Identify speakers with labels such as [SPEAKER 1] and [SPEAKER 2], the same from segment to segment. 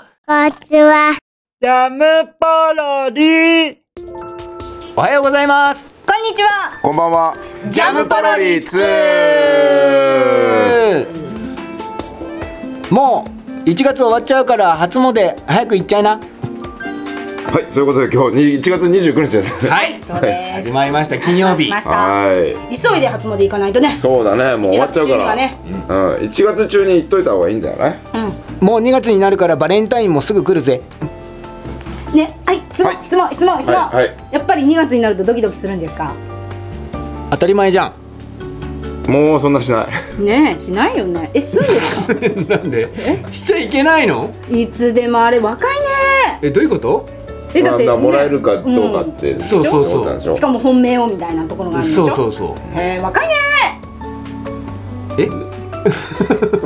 [SPEAKER 1] ちは。
[SPEAKER 2] ジャムパロディ
[SPEAKER 3] おはようございます
[SPEAKER 4] こんにちは。
[SPEAKER 5] こんばんは。
[SPEAKER 3] ジャムパロリー
[SPEAKER 5] 2。
[SPEAKER 3] もう1月終わっちゃうから初詣早く行っちゃいな
[SPEAKER 5] はい、そういうことで今日に1月29日です。
[SPEAKER 3] はい
[SPEAKER 4] そうです。
[SPEAKER 3] 始まりました金曜日
[SPEAKER 4] 来ました。
[SPEAKER 5] は
[SPEAKER 4] 急いで初詣行かないとね
[SPEAKER 5] い。。そうだね、もう終わっちゃうから。
[SPEAKER 4] 1月
[SPEAKER 5] うん、1月中に行っといた方がいいんだよね。
[SPEAKER 3] もう2月になるからバレンタインもすぐ来るぜ
[SPEAKER 4] ね、はい、質問、
[SPEAKER 5] はい
[SPEAKER 4] 質問、質問、質問、
[SPEAKER 5] はいはい
[SPEAKER 4] やっぱり2月になるとドキドキするんですか。
[SPEAKER 3] 当たり前じゃん
[SPEAKER 5] もうそんなしない。
[SPEAKER 4] ねえ、しないよね。え、するんですか。
[SPEAKER 3] なんでしちゃいけないの
[SPEAKER 4] いつでもあれ、若いね。
[SPEAKER 3] えどういうこと
[SPEAKER 4] え、だって、ね。
[SPEAKER 5] まあもらえるかどうかって、
[SPEAKER 3] そうそうそう
[SPEAKER 5] 思ったんでしょ
[SPEAKER 4] しかも本命をみたいなところがあるんでしょ。
[SPEAKER 3] そうそうそう
[SPEAKER 4] へえ、若いね。
[SPEAKER 3] え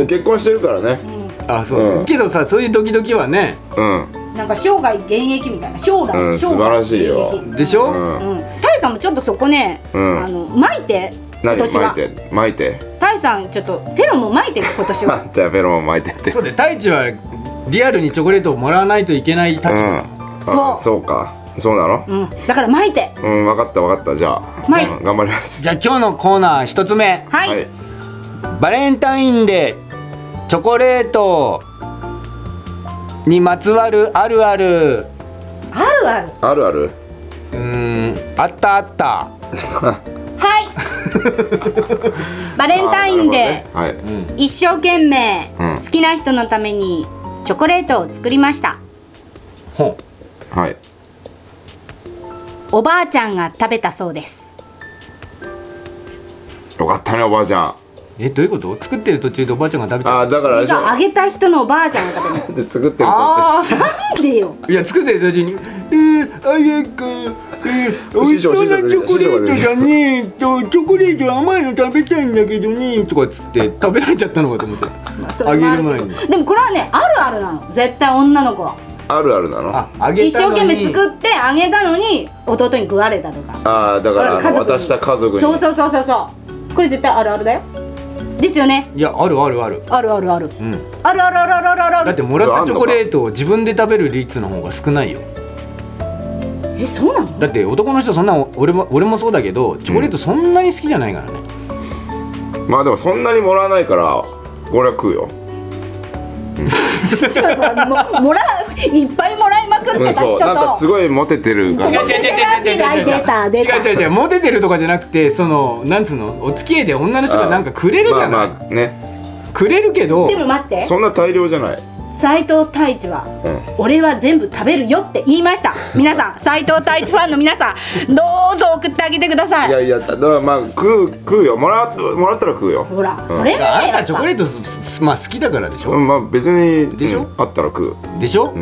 [SPEAKER 5] 結婚してるからね。
[SPEAKER 3] あそう、
[SPEAKER 5] うん
[SPEAKER 3] けどさそういうドキドキはね
[SPEAKER 5] うん。
[SPEAKER 4] なんか生涯現役みたいな、将来、
[SPEAKER 5] うん
[SPEAKER 4] 生涯
[SPEAKER 5] 素晴らしいよ
[SPEAKER 4] 現役
[SPEAKER 3] でしょ、
[SPEAKER 5] うん。
[SPEAKER 4] うん、タイさんもちょっとそこね、
[SPEAKER 5] うん
[SPEAKER 4] あの巻いて今
[SPEAKER 5] 何
[SPEAKER 4] 年
[SPEAKER 5] 巻い
[SPEAKER 4] は
[SPEAKER 5] て巻いて。
[SPEAKER 4] タイさんちょっとフェロモン巻いて今年
[SPEAKER 5] な
[SPEAKER 4] は
[SPEAKER 5] んだよ、ベロも巻いてって。
[SPEAKER 3] そうで太一はリアルにチョコレートをもらわないといけない立場、
[SPEAKER 5] うん。あそうか。そうなの
[SPEAKER 4] うんだから巻いて
[SPEAKER 5] うん、分かった分かった。じゃあ、
[SPEAKER 4] 巻い
[SPEAKER 5] うん頑張ります。
[SPEAKER 3] じゃあ今日のコーナー一つ目
[SPEAKER 4] はい、
[SPEAKER 5] はい。
[SPEAKER 3] バレンタインデーチョコレートにまつわるあるある
[SPEAKER 4] あるある
[SPEAKER 5] あるある。
[SPEAKER 3] うーんあったあった
[SPEAKER 4] はいバレンタインで
[SPEAKER 5] あーなるほどね
[SPEAKER 4] 一生懸命
[SPEAKER 5] うん
[SPEAKER 4] 好きな人のためにチョコレートを作りました
[SPEAKER 3] ほ
[SPEAKER 5] はい。はい。
[SPEAKER 4] おばあちゃんが食べたそうです
[SPEAKER 5] よかったね、おばあちゃん。
[SPEAKER 3] えどういうこと作ってる途中でおばあちゃんが食べちゃ
[SPEAKER 5] あ
[SPEAKER 3] う
[SPEAKER 5] あだからあれでしょ
[SPEAKER 4] あげた人のおばあちゃんが 食べた
[SPEAKER 5] で作ってると
[SPEAKER 4] あーなんでよ
[SPEAKER 3] いや作ってる途中に「えー、あやか、えー、美味しそうなチョコレートだね」と「チョコレート甘いの食べたいんだけどね」とかっつ って食べられちゃったのかと思って
[SPEAKER 4] そ
[SPEAKER 3] あ
[SPEAKER 4] れも
[SPEAKER 3] げ
[SPEAKER 4] あ
[SPEAKER 3] る
[SPEAKER 4] るけ
[SPEAKER 3] 前
[SPEAKER 4] ど
[SPEAKER 3] に
[SPEAKER 4] でもこれはねあるあるなの絶対女の子は
[SPEAKER 5] あるあるなのあ
[SPEAKER 3] ああげ
[SPEAKER 4] 一
[SPEAKER 3] たの
[SPEAKER 4] 生
[SPEAKER 3] に
[SPEAKER 4] 懸命作ってあげたのに弟に食われたとか
[SPEAKER 5] あーだからあ
[SPEAKER 4] 家
[SPEAKER 5] の
[SPEAKER 4] 族に
[SPEAKER 5] 渡した家族に
[SPEAKER 4] そうそうそうそうそうこれ絶対あるあるだよですよね
[SPEAKER 3] いやあるあるある
[SPEAKER 4] あるあるある、
[SPEAKER 3] ん
[SPEAKER 4] あるあるあるあるあるある
[SPEAKER 3] だってもらったチョコレートを自分で食べる率の方が少ないよ
[SPEAKER 4] えそうなの
[SPEAKER 3] だって男の人そんな俺も俺もそうだけどチョコレートそんなに好きじゃないからね、
[SPEAKER 5] まあでもそんなにもらわないからこれは食うよ
[SPEAKER 4] しかもさももらういっぱいもらいまくって
[SPEAKER 5] う
[SPEAKER 4] た
[SPEAKER 5] ん
[SPEAKER 4] 人と、
[SPEAKER 5] そうなんかすごいモテてる感
[SPEAKER 3] 違う
[SPEAKER 5] じ
[SPEAKER 3] 違う違う違う違う違う違う
[SPEAKER 4] 出た出た
[SPEAKER 3] 違う違う違うモテてるとかじゃなくてそのなんつうのお付き合いで女の人がなんかくれるじゃない、
[SPEAKER 5] まあまあね
[SPEAKER 3] くれるけど
[SPEAKER 4] でも待って
[SPEAKER 5] そんな大量じゃない
[SPEAKER 4] 斎藤太一は、俺は全部食べるよって言いました皆さん斎藤太一ファンの皆さんどうぞ送ってあげてください
[SPEAKER 5] いやいやだからまあ食う食うよもらもらったら食うよ
[SPEAKER 4] ほら、それが
[SPEAKER 3] あ
[SPEAKER 4] ね
[SPEAKER 3] なた
[SPEAKER 4] やっ
[SPEAKER 3] チョコ
[SPEAKER 4] ぱ
[SPEAKER 3] レートすすまあ好きだからでしょ、
[SPEAKER 5] うんまあ別に
[SPEAKER 3] でしょ
[SPEAKER 5] うんあったら食う
[SPEAKER 3] でしょ、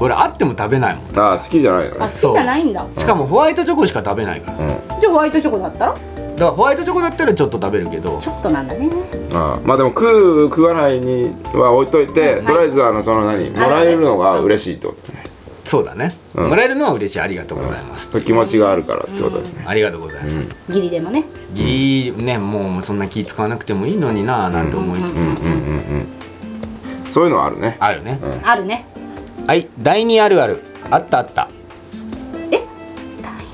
[SPEAKER 3] 俺あっても食べないもん
[SPEAKER 5] あー好きじゃないの
[SPEAKER 4] あ
[SPEAKER 5] ね
[SPEAKER 4] 好きじゃないんだ
[SPEAKER 3] しかもホワイトチョコしか食べないから、だか
[SPEAKER 4] じゃあホワイトチョコだったら
[SPEAKER 3] らホワイトチョコだったらちょっと食べるけど
[SPEAKER 4] ちょっとなんだね
[SPEAKER 5] あーまあでも食う食わないには置いといてとりあえずあのその何もらえるのが嬉しいってことね
[SPEAKER 3] そうだね、もらえるのは嬉しいありがとうございます、
[SPEAKER 5] 気持ちがあるからってことですね
[SPEAKER 3] ありがとうございます、
[SPEAKER 4] ギリでもね
[SPEAKER 3] ギリねもうそんな気使わなくてもいいのにななんて思いつつ、
[SPEAKER 5] そういうのはあるね
[SPEAKER 3] あるね、
[SPEAKER 4] あるね
[SPEAKER 3] はい第二あるあるあったあった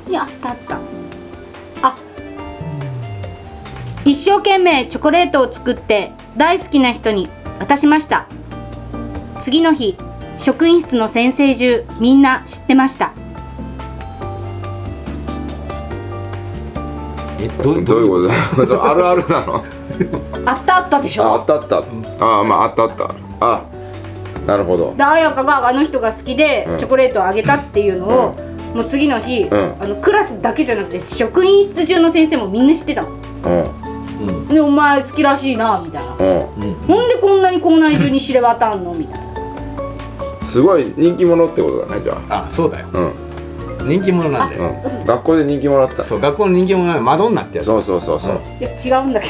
[SPEAKER 4] いやあったあったあ一生懸命チョコレートを作って大好きな人に渡しました次の日職員室の先生中みんな知ってました
[SPEAKER 3] えど
[SPEAKER 5] どういうことだ そうあるあるなの
[SPEAKER 4] あったあったでし
[SPEAKER 5] ああ
[SPEAKER 4] ょ
[SPEAKER 5] ったあったああまああったあったあなるほど
[SPEAKER 4] で彩香があの人が好きでチョコレートをあげたっていうのを、もう次の日、
[SPEAKER 5] ん
[SPEAKER 4] あのクラスだけじゃなくて職員室中の先生もみんな知ってたの
[SPEAKER 5] うん
[SPEAKER 4] でお前好きらしいなみたいな、
[SPEAKER 5] うん
[SPEAKER 4] ほんでこんなに校内中に知れ渡んのみたいな
[SPEAKER 5] すごい人気者ってことだねじゃあ
[SPEAKER 3] あそうだよ
[SPEAKER 5] うん
[SPEAKER 3] 人気者なんだよ
[SPEAKER 5] うん学校で人気者だった
[SPEAKER 3] そう学校の人気者はマドンナってやつ
[SPEAKER 5] そうそうそうそう
[SPEAKER 4] いや違うんだけ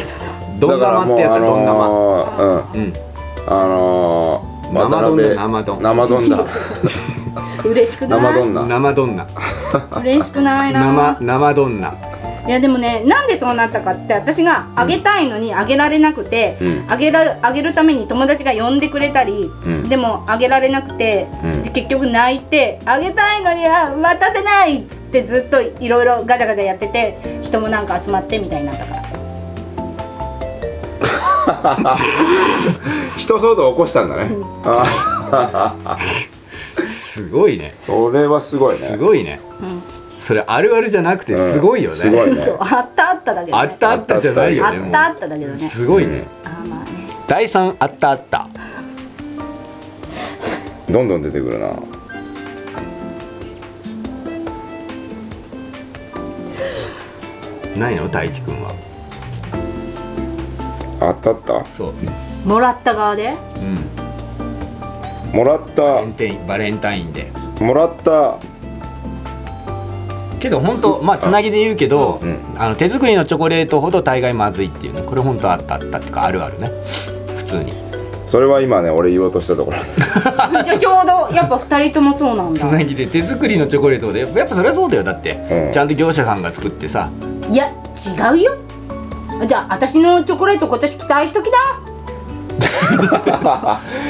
[SPEAKER 4] どな
[SPEAKER 3] ドンガマってやつだ
[SPEAKER 5] だから
[SPEAKER 3] ドンガマ
[SPEAKER 5] もうあのーうん
[SPEAKER 3] うん
[SPEAKER 5] あのー
[SPEAKER 3] 生
[SPEAKER 5] 渡辺
[SPEAKER 3] 生丼
[SPEAKER 5] 生丼 だ
[SPEAKER 4] 嬉しくない
[SPEAKER 5] 生丼だ
[SPEAKER 3] 生ドンナ
[SPEAKER 4] 嬉しくないな
[SPEAKER 3] 生生ドンナ
[SPEAKER 4] いやでもねなんでそうなったかって私があげたいのにあげられなくて
[SPEAKER 5] うん
[SPEAKER 4] あ、げらあげるために友達が呼んでくれたり、
[SPEAKER 5] うん
[SPEAKER 4] でもあげられなくて、
[SPEAKER 5] うん
[SPEAKER 4] で結局泣いてあげたいのにあ渡せないっつってずっといろいろガチャガチャやってて人もなんか集まってみたいになったから
[SPEAKER 5] 人騒動起こしたんだね、あー
[SPEAKER 3] すごいね
[SPEAKER 5] それはすごいね
[SPEAKER 3] すごいね、それあるあるじゃなくて
[SPEAKER 5] うん
[SPEAKER 3] すごいよね、
[SPEAKER 5] す ごいね
[SPEAKER 4] 嘘あったあっただけど
[SPEAKER 3] あ
[SPEAKER 4] ね
[SPEAKER 3] ったあったじゃないよ
[SPEAKER 4] あ
[SPEAKER 3] ね
[SPEAKER 4] っ
[SPEAKER 3] も
[SPEAKER 4] たあっただけど
[SPEAKER 3] う
[SPEAKER 4] ね
[SPEAKER 3] すごいね、
[SPEAKER 4] あーまあね
[SPEAKER 3] 第3あったあった
[SPEAKER 5] どんどん出てくるな
[SPEAKER 3] ないの大地君は
[SPEAKER 5] あったあった
[SPEAKER 3] そう
[SPEAKER 4] もらった側で
[SPEAKER 5] もらった
[SPEAKER 3] バレンタインで
[SPEAKER 5] もらった
[SPEAKER 3] けど本当まあつなぎで言うけど、
[SPEAKER 5] ん
[SPEAKER 3] あの手作りのチョコレートほど大概まずいっていうねこれ本当あったあったっていうかあるあるね普通に
[SPEAKER 5] それは今ね俺言おうとしたと ころ
[SPEAKER 4] じゃあちょうどやっぱ2人ともそうなん
[SPEAKER 3] つ
[SPEAKER 4] だ
[SPEAKER 3] なぎで手作りのチョコレートでやっぱやっぱそれはそうだよだって、
[SPEAKER 5] うん
[SPEAKER 3] ちゃんと業者さんが作ってさ
[SPEAKER 4] いや違うよじゃあ私のチョコレート今年期待しときだ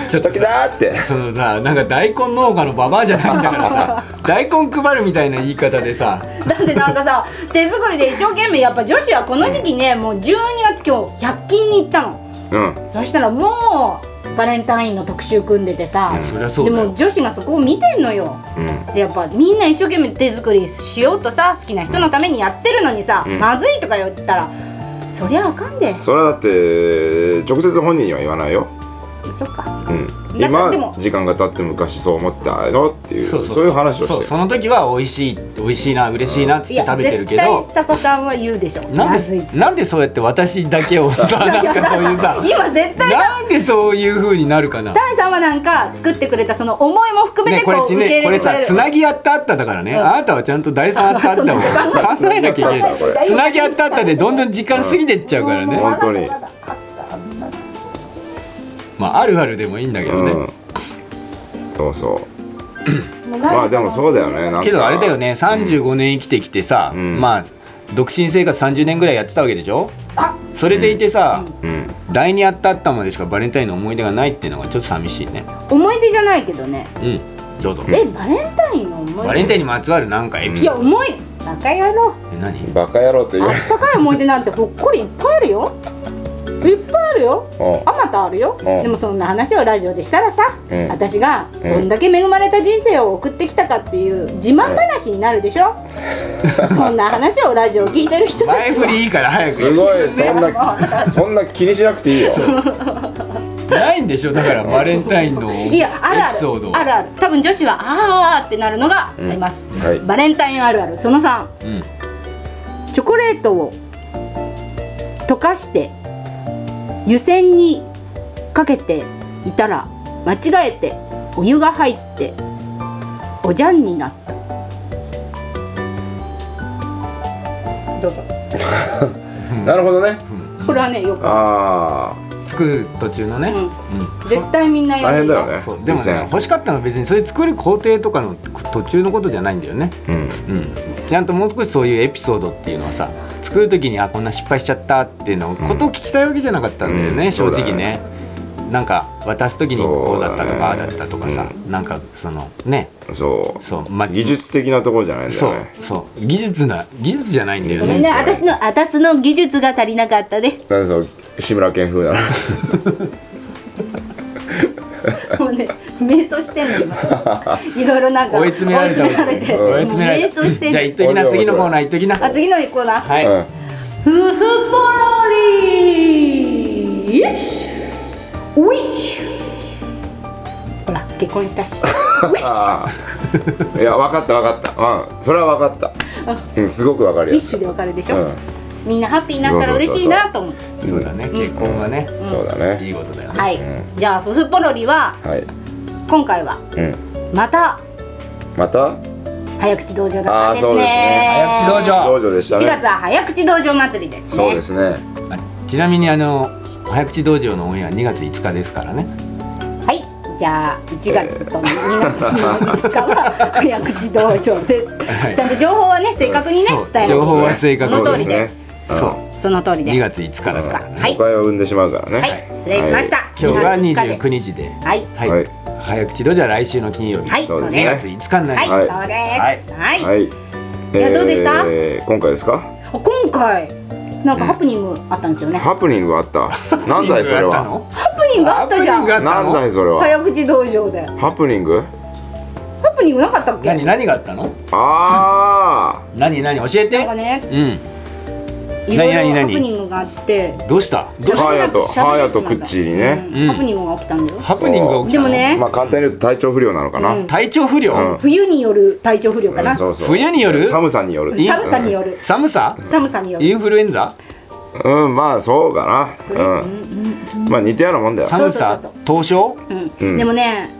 [SPEAKER 5] ちょっときだーって
[SPEAKER 3] そのさなんか大根農家のババアじゃないんだから さ大根配るみたいな言い方でさ
[SPEAKER 4] だってなんかさ 手作りで一生懸命やっぱ女子はこの時期ねもう12月今日100均に行ったの
[SPEAKER 5] うん
[SPEAKER 4] そしたらもうバレンタインの特集組んでてさ、
[SPEAKER 3] そりゃそうだよ
[SPEAKER 4] でも女子がそこを見てんのよ
[SPEAKER 5] うん
[SPEAKER 4] でやっぱみんな一生懸命手作りしようとさ好きな人のためにやってるのにさ、
[SPEAKER 5] ん
[SPEAKER 4] まずいとか言ったらそりゃあかんで
[SPEAKER 5] それはだって直接本人には言わないよ、
[SPEAKER 4] そっか
[SPEAKER 5] うん、
[SPEAKER 4] だから
[SPEAKER 5] 今
[SPEAKER 4] でも
[SPEAKER 5] 時間が経って昔そう思ったのっていうそういう話を
[SPEAKER 3] そ
[SPEAKER 5] し
[SPEAKER 3] う
[SPEAKER 5] て
[SPEAKER 3] その時は美味しい美味しいな嬉しいなっつっ
[SPEAKER 4] い
[SPEAKER 3] て
[SPEAKER 4] や
[SPEAKER 3] 食べてる
[SPEAKER 4] 絶
[SPEAKER 3] け
[SPEAKER 4] 対
[SPEAKER 3] ど
[SPEAKER 4] 坂さんは言うでしょ
[SPEAKER 3] なん
[SPEAKER 4] まずいって
[SPEAKER 3] でなんでそうやって私だけをさなんかそういうさ
[SPEAKER 4] 今絶対
[SPEAKER 3] なんでそういう風になるかな
[SPEAKER 4] 大さんはなんか作ってくれたその思いも含め
[SPEAKER 3] ね
[SPEAKER 4] て
[SPEAKER 3] こ
[SPEAKER 4] こ
[SPEAKER 3] れ
[SPEAKER 4] う
[SPEAKER 3] ち
[SPEAKER 4] 受け
[SPEAKER 3] ね
[SPEAKER 4] 入
[SPEAKER 3] これ
[SPEAKER 4] れてく
[SPEAKER 3] さ
[SPEAKER 4] れる
[SPEAKER 3] つなぎあったあっただからね、あなたはちゃんと第三あったあった
[SPEAKER 4] あそう
[SPEAKER 3] を考えなきゃいけな
[SPEAKER 5] これ
[SPEAKER 3] いつなぎあったあったでどんどん時間過ぎてっちゃうからね、
[SPEAKER 5] 本当に、
[SPEAKER 3] まああるあるでもいいんだけどね、
[SPEAKER 5] うん、そうそうまあでもそうだよねなんか
[SPEAKER 3] けどあれだよね35年生きてきてさ、
[SPEAKER 5] ん
[SPEAKER 3] まあ独身生活30年ぐらいやってたわけでしょそれでいてさ、
[SPEAKER 5] うん
[SPEAKER 3] 第二あったあったまでしかバレンタインの思い出がないっていうのがちょっと寂しいね
[SPEAKER 4] 思い出じゃないけどね
[SPEAKER 3] うんどうぞ
[SPEAKER 4] えバレンタインの思
[SPEAKER 3] バ
[SPEAKER 4] い
[SPEAKER 3] レンタインにまつわるなんかエピ
[SPEAKER 4] 出い
[SPEAKER 3] ソー
[SPEAKER 4] や思いバカ野郎
[SPEAKER 3] ドえ何
[SPEAKER 5] バカ野郎って言
[SPEAKER 4] あ
[SPEAKER 5] う
[SPEAKER 4] ったかい思い出なんてほっこりいっぱいあるよいっぱいあるよ
[SPEAKER 5] うん
[SPEAKER 4] あまたあるよ
[SPEAKER 5] うん
[SPEAKER 4] でもそんな話をラジオでしたらさ、
[SPEAKER 5] うん
[SPEAKER 4] 私がどんだけ恵まれた人生を送ってきたかっていう自慢話になるで しょ、そんな話をラジオ聞いてる人た
[SPEAKER 3] 前
[SPEAKER 4] ち
[SPEAKER 3] 振りいいから早く
[SPEAKER 5] すごいそんな そんな気にしなくていいよ
[SPEAKER 3] ないんでしょだからバレンタインのエ
[SPEAKER 4] い
[SPEAKER 3] ピ
[SPEAKER 4] やあるあ
[SPEAKER 3] ソード
[SPEAKER 4] るあるある多分女子はあーってなるのがあります、
[SPEAKER 5] うんはい
[SPEAKER 4] バレンタインあるあるその3、
[SPEAKER 3] ん
[SPEAKER 4] チョコレートを溶かして湯煎にかけていたら間違えてお湯が入っておじゃんになったどうぞ
[SPEAKER 5] なるほどね
[SPEAKER 4] これはねよく、
[SPEAKER 5] あ
[SPEAKER 3] 作る途中のね、
[SPEAKER 4] うん絶対みんな
[SPEAKER 5] あ
[SPEAKER 4] やる
[SPEAKER 5] 大変
[SPEAKER 4] ん
[SPEAKER 5] だよね
[SPEAKER 3] そうでも
[SPEAKER 5] 湯煎
[SPEAKER 3] ね欲しかったのは別にそれ作る工程とかの途中のことじゃないんだよね
[SPEAKER 5] うん
[SPEAKER 3] うん、ちゃんともう少しそういうエピソードっていうのはさ作る時にあこんな失敗しちゃったっていうのことを聞きたいわけじゃなかったんだよね、
[SPEAKER 5] う
[SPEAKER 3] 正
[SPEAKER 5] んそうだ
[SPEAKER 3] 直
[SPEAKER 5] よ
[SPEAKER 3] ね
[SPEAKER 5] ね
[SPEAKER 3] なんか渡す時にこうだったと
[SPEAKER 5] そう
[SPEAKER 3] かあ
[SPEAKER 5] だ
[SPEAKER 3] あ
[SPEAKER 5] ね
[SPEAKER 3] だったとかさ、なんかそのね
[SPEAKER 5] そう
[SPEAKER 3] そうま
[SPEAKER 5] 技術的なところじゃないんだ
[SPEAKER 3] そ
[SPEAKER 5] よ
[SPEAKER 3] う
[SPEAKER 5] ね
[SPEAKER 3] そう技術な技術じゃないんだよ
[SPEAKER 4] ごめん
[SPEAKER 3] ね
[SPEAKER 4] ね私の私の技術が足りなかったね
[SPEAKER 5] なんでそう志村けん風な の
[SPEAKER 4] もうね、瞑想してんの今いろいろなんか
[SPEAKER 3] 追い詰められた
[SPEAKER 4] 追い詰められて
[SPEAKER 3] 追い詰められ
[SPEAKER 4] もう瞑想してん
[SPEAKER 3] じゃあ行っときな
[SPEAKER 5] 面白い
[SPEAKER 3] 次のコーナー行っときな
[SPEAKER 4] あ次の行こうな
[SPEAKER 3] はい、
[SPEAKER 5] うん
[SPEAKER 4] ふふぽろりーよしおいしほら結婚し たしおいし
[SPEAKER 5] ああいや分かった分かった、うん、それは分かった、うん、すごく分か
[SPEAKER 4] ウ
[SPEAKER 5] る
[SPEAKER 4] ィッ
[SPEAKER 5] や
[SPEAKER 4] シ
[SPEAKER 5] つ
[SPEAKER 4] ュでわかるでし
[SPEAKER 5] う
[SPEAKER 4] ょ、
[SPEAKER 5] ん
[SPEAKER 4] みんなハッピーになったら嬉しいなと思う
[SPEAKER 3] そうだね結婚はね、
[SPEAKER 5] そうだ
[SPEAKER 3] いい
[SPEAKER 5] ね
[SPEAKER 3] ことだよね、
[SPEAKER 4] はい、じゃあふふぽろりは
[SPEAKER 5] はい、
[SPEAKER 4] 今回は
[SPEAKER 5] うん、
[SPEAKER 4] また
[SPEAKER 5] また
[SPEAKER 4] 早口道場だった
[SPEAKER 5] あ
[SPEAKER 4] ん
[SPEAKER 5] あ
[SPEAKER 4] です
[SPEAKER 5] そうですね
[SPEAKER 4] ね
[SPEAKER 3] 早口道場
[SPEAKER 5] 道場でした
[SPEAKER 4] 7
[SPEAKER 5] ね
[SPEAKER 4] 月は早口道場祭りですね
[SPEAKER 5] そうですね
[SPEAKER 3] あちなみにあの早口道場のオンエア2月5日ですからね
[SPEAKER 4] はいじゃあ1月と2月の5日は早口道場です、
[SPEAKER 6] い
[SPEAKER 4] ちゃんと情報はね正確にね
[SPEAKER 6] そう
[SPEAKER 4] 伝え
[SPEAKER 6] 情
[SPEAKER 4] な
[SPEAKER 6] 報
[SPEAKER 4] き
[SPEAKER 6] は正確
[SPEAKER 4] その通り
[SPEAKER 5] そう
[SPEAKER 4] で
[SPEAKER 5] です
[SPEAKER 4] す
[SPEAKER 6] そう
[SPEAKER 4] その通りです
[SPEAKER 6] 2月5日だから
[SPEAKER 4] はい
[SPEAKER 5] 誤解を生んでしまうからね
[SPEAKER 4] はい失礼しました、
[SPEAKER 6] 今日
[SPEAKER 4] 2月5日
[SPEAKER 6] が
[SPEAKER 4] です
[SPEAKER 6] 29日では
[SPEAKER 4] はい
[SPEAKER 6] い、
[SPEAKER 5] はい
[SPEAKER 6] 早口どじゃ来週の金曜日
[SPEAKER 4] はい
[SPEAKER 5] そうです
[SPEAKER 4] そう
[SPEAKER 5] ね
[SPEAKER 4] で
[SPEAKER 6] 2月5日になり
[SPEAKER 4] はい、
[SPEAKER 6] ます、
[SPEAKER 5] はい
[SPEAKER 4] そうですはい、
[SPEAKER 5] はい
[SPEAKER 4] いやどうでした
[SPEAKER 5] えー今回ですか
[SPEAKER 4] あ今回なんかハプニングあったんですよね、ハ
[SPEAKER 5] ハプニングがあ ったなんだいそれ
[SPEAKER 6] やった
[SPEAKER 5] は
[SPEAKER 6] の
[SPEAKER 4] プニングあったじゃ
[SPEAKER 6] ハプニングあ
[SPEAKER 4] ん
[SPEAKER 6] った
[SPEAKER 5] なんだいそれは
[SPEAKER 4] 早口道場で
[SPEAKER 5] ハプニング
[SPEAKER 4] ハプニングなかったっけ
[SPEAKER 3] 何何があったの
[SPEAKER 5] あ
[SPEAKER 3] 何何教え
[SPEAKER 4] なん
[SPEAKER 3] て
[SPEAKER 4] かね
[SPEAKER 3] うん
[SPEAKER 4] いろいろ
[SPEAKER 3] 何
[SPEAKER 4] ハ
[SPEAKER 3] 何
[SPEAKER 4] プニングがあって
[SPEAKER 3] どうした
[SPEAKER 5] うした
[SPEAKER 4] 喋れなく
[SPEAKER 5] ハーヤと
[SPEAKER 4] 喋れなくなった
[SPEAKER 5] ハーヤとクッチーにね
[SPEAKER 4] うん
[SPEAKER 3] うん
[SPEAKER 4] ハプニングが起きたんだよ
[SPEAKER 3] ハプニングが起き
[SPEAKER 4] で
[SPEAKER 3] た
[SPEAKER 4] も
[SPEAKER 3] の
[SPEAKER 5] あ
[SPEAKER 4] ね
[SPEAKER 5] まあ簡単に言うと体調不良なのかな
[SPEAKER 4] うん
[SPEAKER 3] 体調不良、
[SPEAKER 5] うん
[SPEAKER 4] 冬による体調不良かな
[SPEAKER 5] そ
[SPEAKER 4] 寒
[SPEAKER 5] うそう
[SPEAKER 3] 冬による
[SPEAKER 5] 寒さによる
[SPEAKER 4] さによる
[SPEAKER 3] 寒さ
[SPEAKER 4] 寒さによ
[SPEAKER 3] イ
[SPEAKER 4] る
[SPEAKER 3] ンフルエンザ
[SPEAKER 5] うんうんまあそうか
[SPEAKER 4] れ
[SPEAKER 5] なうんまあ似たようなもんだよ
[SPEAKER 4] そう
[SPEAKER 3] 寒
[SPEAKER 4] そうそう
[SPEAKER 3] さ
[SPEAKER 4] そう
[SPEAKER 3] 凍傷
[SPEAKER 4] うんでもね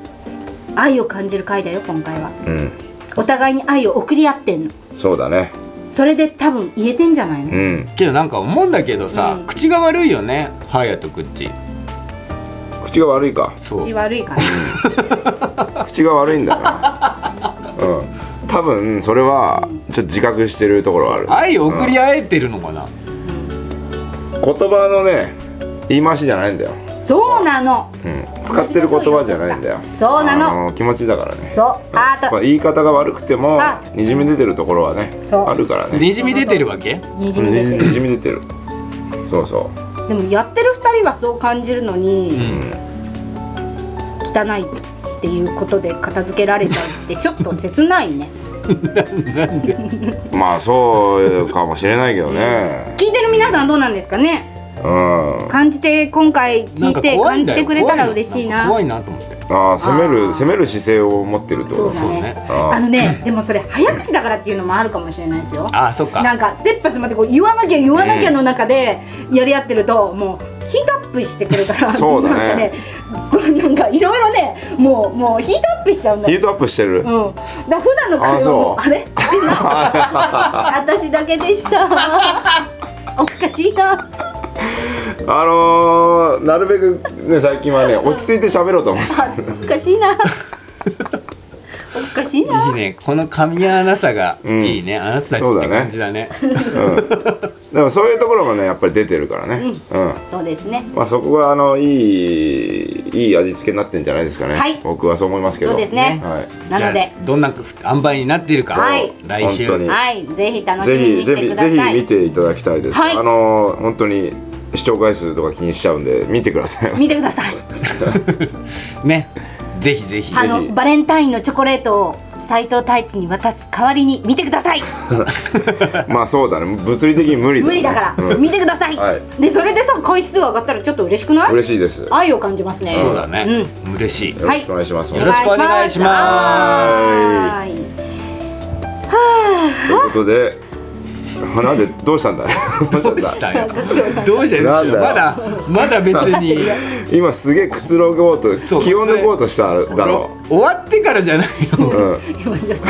[SPEAKER 4] 愛を感じる回だよ今回は
[SPEAKER 5] うん
[SPEAKER 4] お互いに愛を送り合ってんの
[SPEAKER 5] そうだね
[SPEAKER 4] それで多分言えてんじゃないの
[SPEAKER 5] うん
[SPEAKER 3] けどなんか思うんだけどさ、
[SPEAKER 4] うん
[SPEAKER 3] 口が悪いよねハヤとクッチ
[SPEAKER 5] 口が悪いか
[SPEAKER 3] そ
[SPEAKER 4] 口
[SPEAKER 3] う
[SPEAKER 4] 悪いから
[SPEAKER 5] 口が悪いんだよなうん多分それはちょっと自覚してるところはある
[SPEAKER 3] 愛を送り合えてるのかな、
[SPEAKER 5] 言葉のね言い回しじゃないんだよ、
[SPEAKER 4] そうなの
[SPEAKER 5] うん、使ってる言葉じゃないんだよ
[SPEAKER 4] そうなの
[SPEAKER 5] あ気持ちだからね
[SPEAKER 4] そうあ
[SPEAKER 5] まあ
[SPEAKER 4] と
[SPEAKER 5] 言い方が悪くても
[SPEAKER 4] あ
[SPEAKER 5] にじみ出てるところはね
[SPEAKER 4] そう
[SPEAKER 5] あるからね
[SPEAKER 3] にじみ出てるわけ
[SPEAKER 4] にじみ出て
[SPEAKER 5] に
[SPEAKER 4] る
[SPEAKER 5] じみ出てるそうそ
[SPEAKER 4] でもやってる二人はそう感じるのに、汚いっていうことで片付けられちゃうってちょっと切ないね
[SPEAKER 5] うまあそうかもしれないけどね
[SPEAKER 4] 聞いてる皆さんどうなんですかね
[SPEAKER 5] うん
[SPEAKER 4] 感じて今回聞
[SPEAKER 3] ないんか
[SPEAKER 4] て
[SPEAKER 3] 怖い
[SPEAKER 4] 感
[SPEAKER 3] ん
[SPEAKER 4] じ
[SPEAKER 3] だ
[SPEAKER 4] て
[SPEAKER 3] よ
[SPEAKER 4] くれたら嬉しいな
[SPEAKER 3] 怖いなんか怖いなと思って
[SPEAKER 5] ああ攻める攻める姿勢を持ってるってこ
[SPEAKER 4] そ
[SPEAKER 5] と
[SPEAKER 4] う
[SPEAKER 3] そ
[SPEAKER 4] だね
[SPEAKER 3] うね
[SPEAKER 5] あー
[SPEAKER 4] あのねでもそれ早口だからっていうのもあるかもしれないですよ
[SPEAKER 3] ああそっか
[SPEAKER 4] なんか切羽詰まってこう言わなきゃ言わなきゃの中でやり合ってると、もうヒートアップしてくるから
[SPEAKER 5] そうだね
[SPEAKER 4] なんかねこうなんかいろいろねもうもうヒートアップしちゃうんだよ
[SPEAKER 5] ヒートアップして
[SPEAKER 4] う
[SPEAKER 5] る、
[SPEAKER 4] ん、だから普段の会話も
[SPEAKER 5] あ
[SPEAKER 4] あ
[SPEAKER 5] そう
[SPEAKER 4] れ 私だけで したおかしいな
[SPEAKER 5] あのー、なるべくね最近はね落ち着いて喋ろうと 思って
[SPEAKER 4] あおかしい なおかしい
[SPEAKER 3] い
[SPEAKER 4] ない
[SPEAKER 3] ねこの噛み合わなさがいいね、あなたたち
[SPEAKER 5] そ
[SPEAKER 3] っ
[SPEAKER 5] うだ
[SPEAKER 3] て
[SPEAKER 5] ね
[SPEAKER 3] 感じだね
[SPEAKER 5] でもそういうところもねやっぱり出てるからねうん、
[SPEAKER 4] そうですね
[SPEAKER 5] まあそこがあのいいいい味付けになってんじゃないですかね、
[SPEAKER 4] はい
[SPEAKER 5] 僕はそう思いますけど
[SPEAKER 4] そうですね
[SPEAKER 5] はい
[SPEAKER 4] なので
[SPEAKER 3] じゃあどんなふ塩梅になっているか、
[SPEAKER 4] はい
[SPEAKER 3] 来週
[SPEAKER 5] 本当に
[SPEAKER 4] はいぜひ楽し
[SPEAKER 5] ぜ
[SPEAKER 4] み
[SPEAKER 5] ひ
[SPEAKER 4] にし
[SPEAKER 5] ぜ
[SPEAKER 4] て
[SPEAKER 5] ひ
[SPEAKER 4] くだ
[SPEAKER 5] ぜ
[SPEAKER 4] さ
[SPEAKER 5] ひ見
[SPEAKER 4] い
[SPEAKER 5] ていただきたいです、
[SPEAKER 4] はい
[SPEAKER 5] あのー本当に視聴回数とか気にしちゃうんで見てくだ さい
[SPEAKER 4] 見てくだ さい
[SPEAKER 3] ねぜひぜひ
[SPEAKER 4] あのバレンタインのチョコレートを斉藤太一に渡す代わりに見てくださ い
[SPEAKER 5] まあそうだね物理的に無理だ、ね、
[SPEAKER 4] 無理だから、
[SPEAKER 5] うん
[SPEAKER 4] 見てください、
[SPEAKER 5] はい
[SPEAKER 4] でそれでさ回数上がったらちょっと嬉しくない
[SPEAKER 5] 嬉しいですよ
[SPEAKER 4] 愛を感じますね
[SPEAKER 3] そうだね、嬉しい
[SPEAKER 5] ろしくお願いします、
[SPEAKER 3] よろしくお願いします
[SPEAKER 4] はーい
[SPEAKER 5] ということであなんでどうしたんだどう
[SPEAKER 3] どう
[SPEAKER 5] し
[SPEAKER 3] した
[SPEAKER 5] んだ
[SPEAKER 3] た よどうしたよ
[SPEAKER 5] なんだよ
[SPEAKER 3] まだまだ別に
[SPEAKER 5] 今すげえくつろごうと
[SPEAKER 3] そう
[SPEAKER 5] 気を抜こうとしただろ
[SPEAKER 3] 終わってからじゃないよ
[SPEAKER 5] う、うん、
[SPEAKER 4] 今ちょっと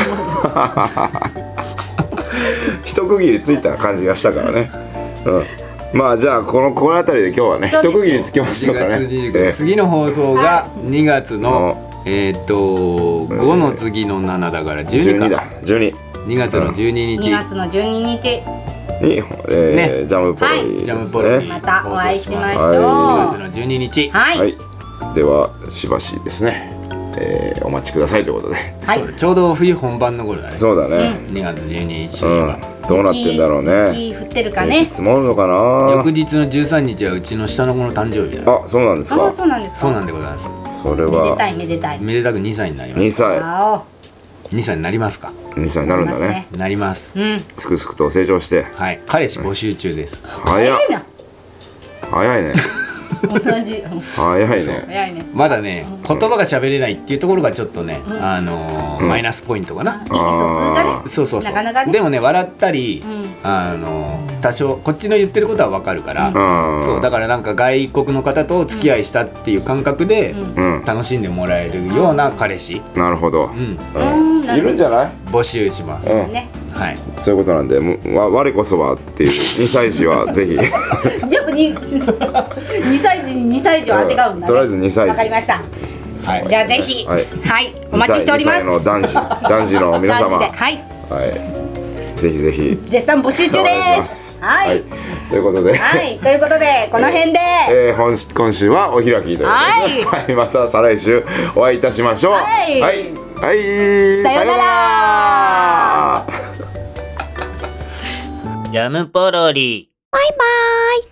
[SPEAKER 5] 一区切りついた感じがしたからね、うん、まあじゃあこのこの辺りで今日はね一区切りつけましょ
[SPEAKER 3] 4
[SPEAKER 5] うか
[SPEAKER 3] 月
[SPEAKER 5] ね
[SPEAKER 3] 29
[SPEAKER 5] え
[SPEAKER 3] 次の放送が2月の、えーっと
[SPEAKER 5] ん
[SPEAKER 3] 5の次の7だから
[SPEAKER 5] え12
[SPEAKER 3] 12
[SPEAKER 5] だ
[SPEAKER 3] か
[SPEAKER 5] 12
[SPEAKER 3] 2月の12
[SPEAKER 4] 2
[SPEAKER 3] 日
[SPEAKER 4] 月の12日
[SPEAKER 5] に、えー
[SPEAKER 3] ね
[SPEAKER 5] ジャムポロ
[SPEAKER 3] ジ
[SPEAKER 5] リ
[SPEAKER 3] ャ
[SPEAKER 5] で
[SPEAKER 3] ム
[SPEAKER 5] す
[SPEAKER 3] ポ
[SPEAKER 5] ね、
[SPEAKER 3] ロリ
[SPEAKER 4] またお会いしましょう
[SPEAKER 5] は
[SPEAKER 3] 2月の12日
[SPEAKER 4] はい、
[SPEAKER 5] はいではしばしですね、えーお待ちくださいということで
[SPEAKER 4] はい
[SPEAKER 3] そうちょうど冬本番の頃だね
[SPEAKER 5] そうだね
[SPEAKER 3] 2月12日
[SPEAKER 5] うん、
[SPEAKER 3] は、
[SPEAKER 5] どうなってんだろうね
[SPEAKER 4] 雪降ってるか
[SPEAKER 5] い
[SPEAKER 4] ね
[SPEAKER 5] つもあるのかな
[SPEAKER 3] 翌日の13日はうちの下の子の誕生日だよ
[SPEAKER 5] あそうなんです
[SPEAKER 4] あ
[SPEAKER 5] か
[SPEAKER 4] そうなんですか
[SPEAKER 3] そうなんでございます
[SPEAKER 5] それ
[SPEAKER 4] めでた
[SPEAKER 5] はい
[SPEAKER 4] めでたい
[SPEAKER 3] めでたく2歳になります
[SPEAKER 5] 2歳
[SPEAKER 4] あ
[SPEAKER 3] 2歳になりますか
[SPEAKER 5] 2歳になるんだね
[SPEAKER 3] なります
[SPEAKER 4] おうん
[SPEAKER 5] すくすくと成長して
[SPEAKER 3] はい彼氏募集中です
[SPEAKER 5] 早っ
[SPEAKER 4] 早いな
[SPEAKER 5] 早いね
[SPEAKER 4] 同じうん
[SPEAKER 5] 早いね
[SPEAKER 4] 早いね
[SPEAKER 3] まだね言葉が喋れないっていうところがちょっとね、あのーマイナスポイントかな、
[SPEAKER 4] 意思疎通がね
[SPEAKER 3] そうそうそう
[SPEAKER 4] なかなかね
[SPEAKER 3] でもね笑ったり、
[SPEAKER 4] う
[SPEAKER 3] あのー多少こっちの言ってることはわかるから、
[SPEAKER 5] うん
[SPEAKER 3] そうだからなんか外国の方とお付き合いしたっていう感覚で、
[SPEAKER 5] うん
[SPEAKER 3] 楽しんでもらえるような彼氏、
[SPEAKER 5] なるほど、
[SPEAKER 3] うん、
[SPEAKER 5] うんいるんじゃない
[SPEAKER 3] 募集します、
[SPEAKER 5] うん
[SPEAKER 4] ね
[SPEAKER 3] はい
[SPEAKER 5] そういうことなんでもうわ我こそはっていう2歳児はぜひ
[SPEAKER 4] やっぱに 二歳児に二歳児をあてがうんだね
[SPEAKER 5] とりあえず二歳児
[SPEAKER 4] わかりました
[SPEAKER 2] はい
[SPEAKER 5] はい
[SPEAKER 4] じゃあぜひ
[SPEAKER 5] はい
[SPEAKER 4] はい、 お待ちしておりま
[SPEAKER 5] 2歳
[SPEAKER 4] す
[SPEAKER 5] の男子男児の皆様
[SPEAKER 4] 男子ではい
[SPEAKER 5] はいぜひぜひ
[SPEAKER 4] 絶賛募集中
[SPEAKER 5] お願いし
[SPEAKER 4] で
[SPEAKER 5] ますす
[SPEAKER 4] はい
[SPEAKER 5] ということで
[SPEAKER 4] はい、ということでこの辺 で、
[SPEAKER 5] えー、本し今週はお開きということで、
[SPEAKER 4] はい
[SPEAKER 5] はい、また再来週お会いいたしましょう。
[SPEAKER 4] はい
[SPEAKER 5] はい、はい
[SPEAKER 4] さようなら
[SPEAKER 5] ら。
[SPEAKER 1] ジャムポロリ。
[SPEAKER 7] バイバイ